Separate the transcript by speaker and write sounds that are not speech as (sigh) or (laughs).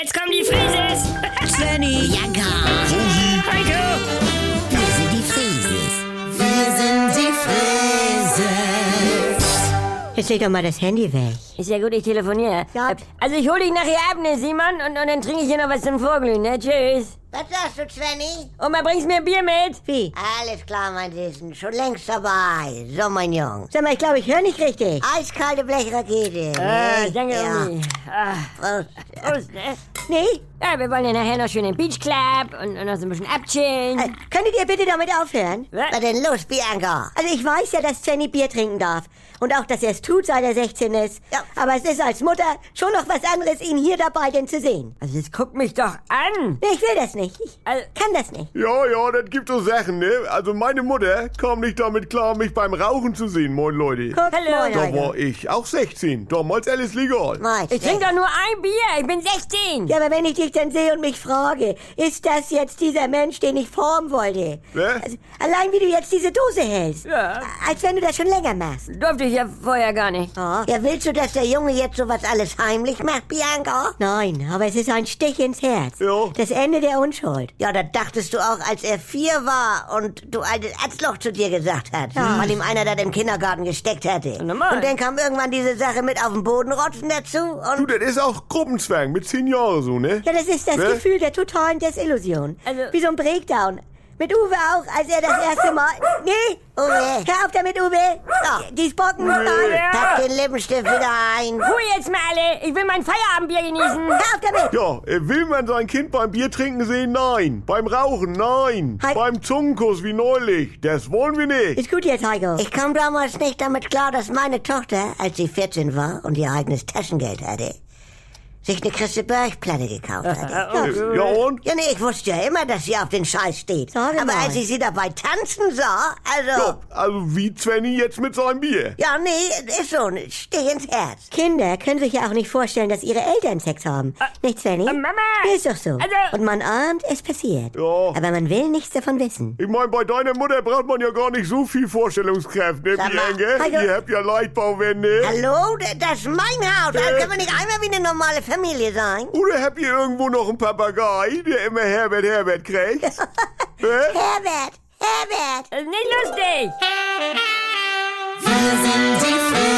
Speaker 1: Jetzt kommen die Frises!
Speaker 2: Svenny,
Speaker 3: Ja,
Speaker 1: (laughs)
Speaker 3: gar.
Speaker 1: Heiko!
Speaker 3: Wir sind die Frieses. Wir sind die Frieses.
Speaker 2: jetzt leg doch mal das Handy weg.
Speaker 4: Ist ja gut, ich telefoniere.
Speaker 2: Ja.
Speaker 4: Also ich hol dich nachher ab, ne, Simon? Und, und dann trinke ich hier noch was zum Vorglühen, ne? Tschüss.
Speaker 5: Was sagst du, Svenny?
Speaker 4: Und mal bringst mir ein Bier mit.
Speaker 2: Wie?
Speaker 5: Alles klar, mein Süßen. Schon längst dabei. So, mein Jung.
Speaker 2: Sag mal, ich glaube, ich höre nicht richtig.
Speaker 5: Eiskalte Blechrakete.
Speaker 4: Ah,
Speaker 5: ne?
Speaker 4: danke,
Speaker 5: ja. Äh,
Speaker 4: Omi. Ah,
Speaker 5: Prost.
Speaker 4: Prost, ne?
Speaker 2: Nee?
Speaker 4: Ja, wir wollen ja nachher noch schön in den Beach Club und, und noch so ein bisschen
Speaker 2: Äh,
Speaker 4: abchillen.
Speaker 2: könntet ihr bitte damit aufhören?
Speaker 5: Was
Speaker 4: Was?
Speaker 5: denn los, Bianca?
Speaker 2: Also ich weiß ja, dass Svenny Bier trinken darf. Und auch, dass er es tut, seit er 16 ist.
Speaker 5: Ja.
Speaker 2: Aber es ist als Mutter schon noch was anderes, ihn hier dabei denn zu sehen.
Speaker 4: Also jetzt guck mich doch an.
Speaker 2: Nee, ich will das nicht. Ich
Speaker 4: Also,
Speaker 2: kann das nicht.
Speaker 6: Ja, ja, das gibt so Sachen, ne? Also meine Mutter kam nicht damit klar, mich beim Rauchen zu sehen, moin Leute.
Speaker 2: Guck,
Speaker 4: Hallo.
Speaker 2: moin,
Speaker 6: Da
Speaker 2: Heiko.
Speaker 6: war ich auch 16, damals alles legal.
Speaker 5: Mein
Speaker 4: ich trinke doch nur ein Bier. Ich bin 16.
Speaker 2: Ja, aber wenn ich dich dann sehe und mich frage, ist das jetzt dieser Mensch, den ich formen wollte?
Speaker 6: Hä?
Speaker 2: Also, allein wie du jetzt diese Dose hältst.
Speaker 4: Ja.
Speaker 2: Als wenn du das schon länger machst.
Speaker 4: Durfte ich ja vorher gar nicht.
Speaker 2: Oh.
Speaker 5: Ah. Ja, willst du, dass der Junge jetzt sowas alles heimlich macht, Bianca?
Speaker 2: Nein, aber es ist ein Stich ins Herz.
Speaker 6: Ja.
Speaker 2: Das Ende der Unschuld.
Speaker 5: Ja, das dachtest du auch, als er vier war und du altes Atzloch zu dir gesagt hat, weil ihm einer das im Kindergarten gesteckt hätte.
Speaker 4: normal.
Speaker 5: Und dann kam irgendwann diese Sache mit auf den Boden rotzen dazu
Speaker 6: Du,
Speaker 5: und...
Speaker 6: das ist auch Gruppenzwang mit 10 Jahren so, ne?
Speaker 2: Ja, das ist das
Speaker 6: Ne?
Speaker 2: Gefühl der totalen Desillusion.
Speaker 4: Also-
Speaker 2: Wie so ein Breakdown. Mit Uwe auch, als er das erste Mal... Nee,
Speaker 5: Uwe.
Speaker 2: hör auf damit, Uwe. So, die Spocken. Nein.
Speaker 5: Pack den Lippenstift wieder ein.
Speaker 4: Ruhe jetzt mal alle. Ich will mein
Speaker 2: (laughs)
Speaker 4: Feierabendbier genießen.
Speaker 2: Hör auf damit.
Speaker 6: Ja, äh, will man sein Kind beim Bier trinken sehen? Nein. Beim Rauchen? Nein.
Speaker 2: Halt.
Speaker 6: Beim Zungenkuss wie neulich? Das wollen wir nicht.
Speaker 2: Ist gut jetzt, Heiko.
Speaker 5: Ich kam damals nicht damit klar, dass meine Tochter, als sie 14 war und ihr eigenes Taschengeld hatte, sich eine Christe Berg-Platte gekauft
Speaker 2: (laughs)
Speaker 5: hatte.
Speaker 6: Äh, ja und?
Speaker 5: Ja, nee, ich wusste ja immer, dass sie auf den Scheiß steht.
Speaker 2: Sag
Speaker 5: Aber
Speaker 2: mal.
Speaker 5: als ich sie dabei tanzen sah, also...
Speaker 6: Ja, also wie Zwenny jetzt mit seinem Bier.
Speaker 5: Ja, nee, ist so, steh ins Herz.
Speaker 2: Kinder können sich ja auch nicht vorstellen, dass ihre Eltern Sex haben. nicht, Svenny?
Speaker 4: äh, Mama!
Speaker 2: Ist doch so.
Speaker 4: Also-
Speaker 2: Und man ahnt, es passiert.
Speaker 6: Ja.
Speaker 2: Aber man will nichts davon wissen.
Speaker 6: Ich mein, bei deiner Mutter braucht man ja gar nicht so viel Vorstellungskraft, ne,
Speaker 5: Sag mal,
Speaker 6: Bianca?
Speaker 2: Heiko.
Speaker 6: Ihr habt ja Leichtbauwände.
Speaker 5: Hallo, d- das ist mein Haus. Da können wir nicht einmal wie eine normale Familie sein.
Speaker 6: Oder habt ihr irgendwo noch einen Papagei, der immer Herbert Herbert kriegt? Hä?
Speaker 5: Herbert, Herbert.
Speaker 4: Das ist nicht lustig.
Speaker 3: Wir sind die Frieses.